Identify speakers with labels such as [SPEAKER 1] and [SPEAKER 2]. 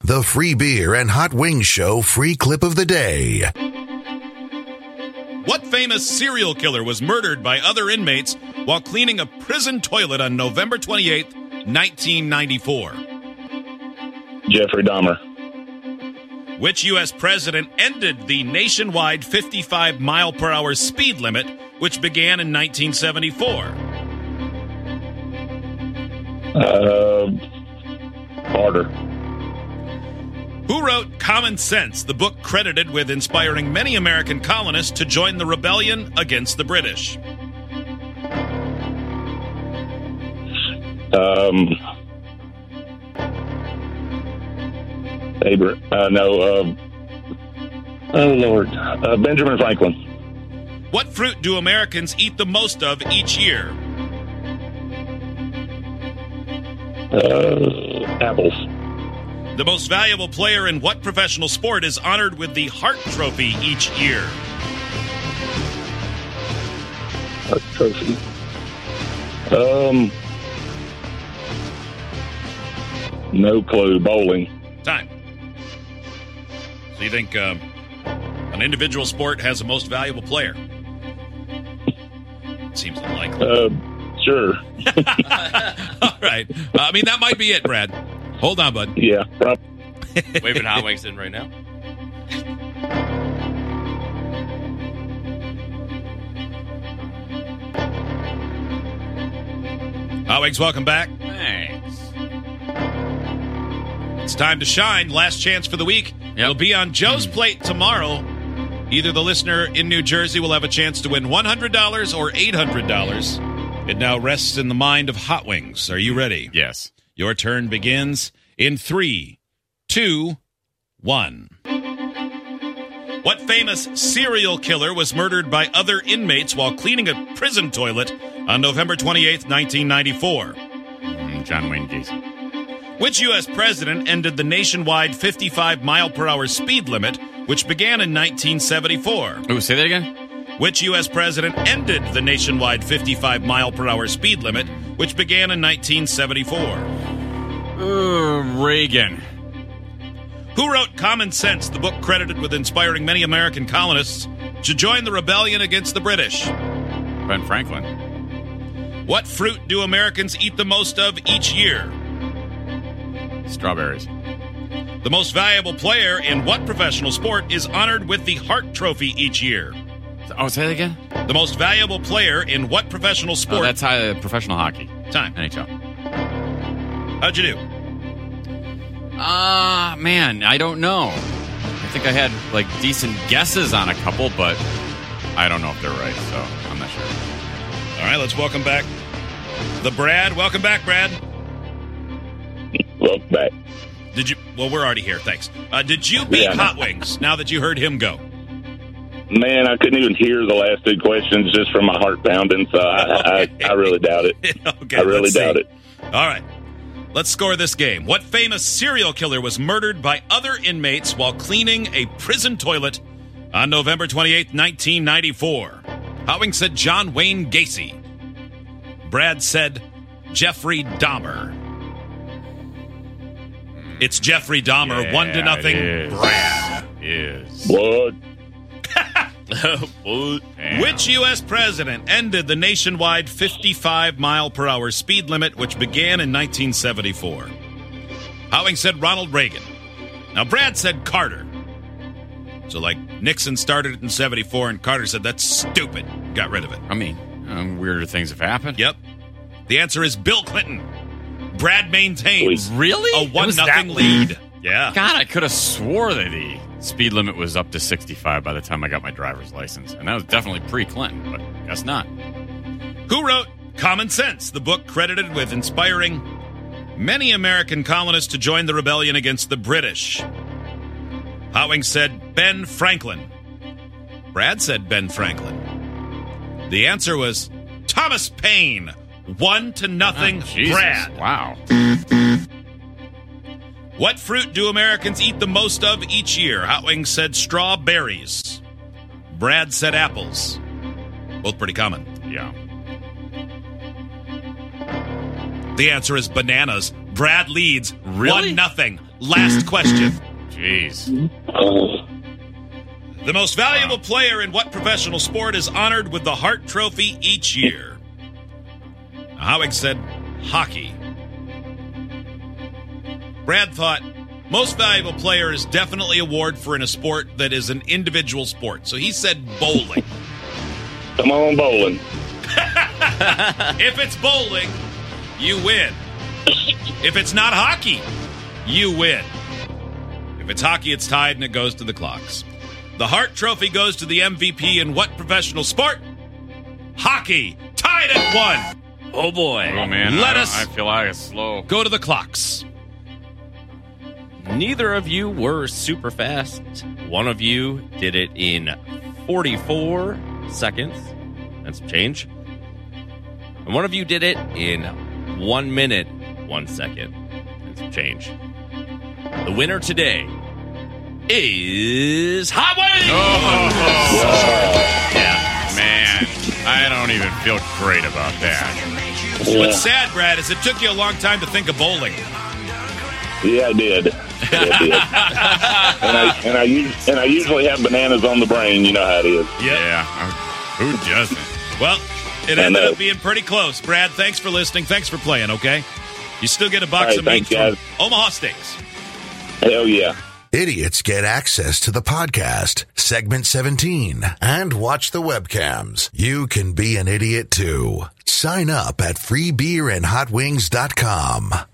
[SPEAKER 1] The Free Beer and Hot Wings Show free clip of the day.
[SPEAKER 2] What famous serial killer was murdered by other inmates while cleaning a prison toilet on November 28, 1994?
[SPEAKER 3] Jeffrey Dahmer.
[SPEAKER 2] Which U.S. president ended the nationwide 55 mile per hour speed limit, which began in 1974?
[SPEAKER 3] Uh, Carter.
[SPEAKER 2] Who wrote Common Sense, the book credited with inspiring many American colonists to join the rebellion against the British?
[SPEAKER 3] Um, Abra- uh, no, uh, oh Lord, uh, Benjamin Franklin.
[SPEAKER 2] What fruit do Americans eat the most of each year?
[SPEAKER 3] Uh, apples.
[SPEAKER 2] The most valuable player in what professional sport is honored with the Hart Trophy each year?
[SPEAKER 3] A trophy. Um, no clue. Bowling.
[SPEAKER 2] Time. So you think um, an individual sport has a most valuable player? Seems unlikely.
[SPEAKER 3] Uh, sure.
[SPEAKER 2] All right. Uh, I mean, that might be it, Brad. Hold on, bud.
[SPEAKER 3] Yeah. prob-
[SPEAKER 4] Waving hot wings in right now.
[SPEAKER 2] Hotwigs, welcome back.
[SPEAKER 4] Thanks.
[SPEAKER 2] It's time to shine. Last chance for the week. It'll be on Joe's plate tomorrow. Either the listener in New Jersey will have a chance to win $100 or $800. It now rests in the mind of Hot Wings. Are you ready?
[SPEAKER 4] Yes.
[SPEAKER 2] Your turn begins in three, two, one. What famous serial killer was murdered by other inmates while cleaning a prison toilet on November 28, 1994?
[SPEAKER 4] Mm, John Wayne Gacy.
[SPEAKER 2] Which U.S. president ended the nationwide 55 mile per hour speed limit, which began in 1974?
[SPEAKER 4] Ooh, say that again.
[SPEAKER 2] Which U.S. president ended the nationwide 55 mile per hour speed limit, which began in 1974?
[SPEAKER 4] Ooh, Reagan.
[SPEAKER 2] Who wrote Common Sense, the book credited with inspiring many American colonists to join the rebellion against the British?
[SPEAKER 4] Ben Franklin.
[SPEAKER 2] What fruit do Americans eat the most of each year?
[SPEAKER 4] Strawberries.
[SPEAKER 2] The most valuable player in what professional sport is honored with the Hart Trophy each year?
[SPEAKER 4] Oh, say that again.
[SPEAKER 2] The most valuable player in what professional
[SPEAKER 4] Oh,
[SPEAKER 2] sport?
[SPEAKER 4] that's high, professional hockey.
[SPEAKER 2] time.
[SPEAKER 4] NHL.
[SPEAKER 2] How'd you do?
[SPEAKER 4] Ah, man, I don't know. I think I had like decent guesses on a couple, but I don't know if they're right, so I'm not sure.
[SPEAKER 2] All right, let's welcome back the Brad. Welcome back, Brad.
[SPEAKER 3] Well, back.
[SPEAKER 2] Did you? Well, we're already here. Thanks. Uh, did you beat
[SPEAKER 3] Yeah.
[SPEAKER 2] Hot Wings now that you heard him go?
[SPEAKER 3] Man, I couldn't even hear the last two questions just from my heart pounding. So I, I, I really doubt it.
[SPEAKER 2] okay,
[SPEAKER 3] I really
[SPEAKER 2] let's see.
[SPEAKER 3] doubt it.
[SPEAKER 2] All right. Let's score this game. What famous serial killer was murdered by other inmates while cleaning a prison toilet on November 28, 1994? Howing said John Wayne Gacy. Brad said Jeffrey Dahmer. It's Jeffrey Dahmer,
[SPEAKER 4] Yeah,
[SPEAKER 2] one to
[SPEAKER 4] it
[SPEAKER 2] nothing.
[SPEAKER 4] is.
[SPEAKER 2] Brad.
[SPEAKER 4] Is.
[SPEAKER 3] What?
[SPEAKER 4] Damn.
[SPEAKER 2] Which U.S. president ended the nationwide 55 mile per hour speed limit, which began in 1974? Howing said Ronald Reagan. Now, Brad said Carter. So, like, Nixon started it in 74, and Carter said, that's stupid. Got rid of it.
[SPEAKER 4] I mean, um, weirder things have happened.
[SPEAKER 2] Yep. The answer is Bill Clinton. Brad maintains
[SPEAKER 4] Really?
[SPEAKER 2] a
[SPEAKER 4] It
[SPEAKER 2] 1
[SPEAKER 4] was that
[SPEAKER 2] nothing lead. Yeah.
[SPEAKER 4] God, I could have swore that the speed limit was up to 65 by the time I got my driver's license. And that was definitely pre Clinton, but guess not.
[SPEAKER 2] Who wrote Common Sense, the book credited with inspiring many American colonists to join the rebellion against the British? Howing said Ben Franklin. Brad said Ben Franklin. The answer was Thomas Paine. One to nothing,
[SPEAKER 4] Oh, Jesus.
[SPEAKER 2] Brad.
[SPEAKER 4] Wow.
[SPEAKER 2] What fruit do Americans eat the most of each year? Howing said strawberries. Brad said apples. Both pretty common.
[SPEAKER 4] Yeah.
[SPEAKER 2] The answer is bananas. Brad leads
[SPEAKER 4] Really?
[SPEAKER 2] one nothing. Last question.
[SPEAKER 4] Jeez.
[SPEAKER 3] Oh,
[SPEAKER 2] The most valuable player in what professional sport is honored with the Hart Trophy each year? Howick said hockey. Brad thought most valuable player is definitely award for in a sport that is an individual sport. So he said bowling.
[SPEAKER 3] come on, bowling.
[SPEAKER 2] if it's bowling, you win. If it's not hockey, you win. If it's hockey, it's tied and it goes to the clocks. The Hart Trophy goes to the MVP in what professional sport? Hockey. Tied at one.
[SPEAKER 5] Oh
[SPEAKER 4] Oh
[SPEAKER 5] boy.
[SPEAKER 4] man.
[SPEAKER 2] Let
[SPEAKER 4] I,
[SPEAKER 2] us-
[SPEAKER 4] I feel like it's slow.
[SPEAKER 2] Go to the clocks.
[SPEAKER 5] Neither of you were super fast. One of you did it in 44 seconds. That's some change. And one of you did it in one minute, one second. That's some change. The winner today is Hot Wings!
[SPEAKER 4] Oh,
[SPEAKER 5] Yeah.
[SPEAKER 4] Man, I don't even feel great about that.
[SPEAKER 3] Yeah,
[SPEAKER 2] What's sad, Brad, is it took you a long time to think of bowling.
[SPEAKER 3] yeah I did. Yeah, I did. and, I, and, I, us- and I usually have bananas on the brain. You know how it is.
[SPEAKER 4] Yeah. I- Who doesn't?
[SPEAKER 2] Well, it
[SPEAKER 3] I
[SPEAKER 2] ended
[SPEAKER 3] know.
[SPEAKER 2] up being pretty close. Brad, thanks for listening. Thanks for playing, okay? You still get a box
[SPEAKER 3] All right,
[SPEAKER 2] of meat
[SPEAKER 3] thanks, guys.
[SPEAKER 2] from Omaha Steaks.
[SPEAKER 3] Hell yeah.
[SPEAKER 1] Idiots get access to the podcast, segment 17, and watch the webcams. You can be an idiot too. Sign up at freebeerandhotwings.com.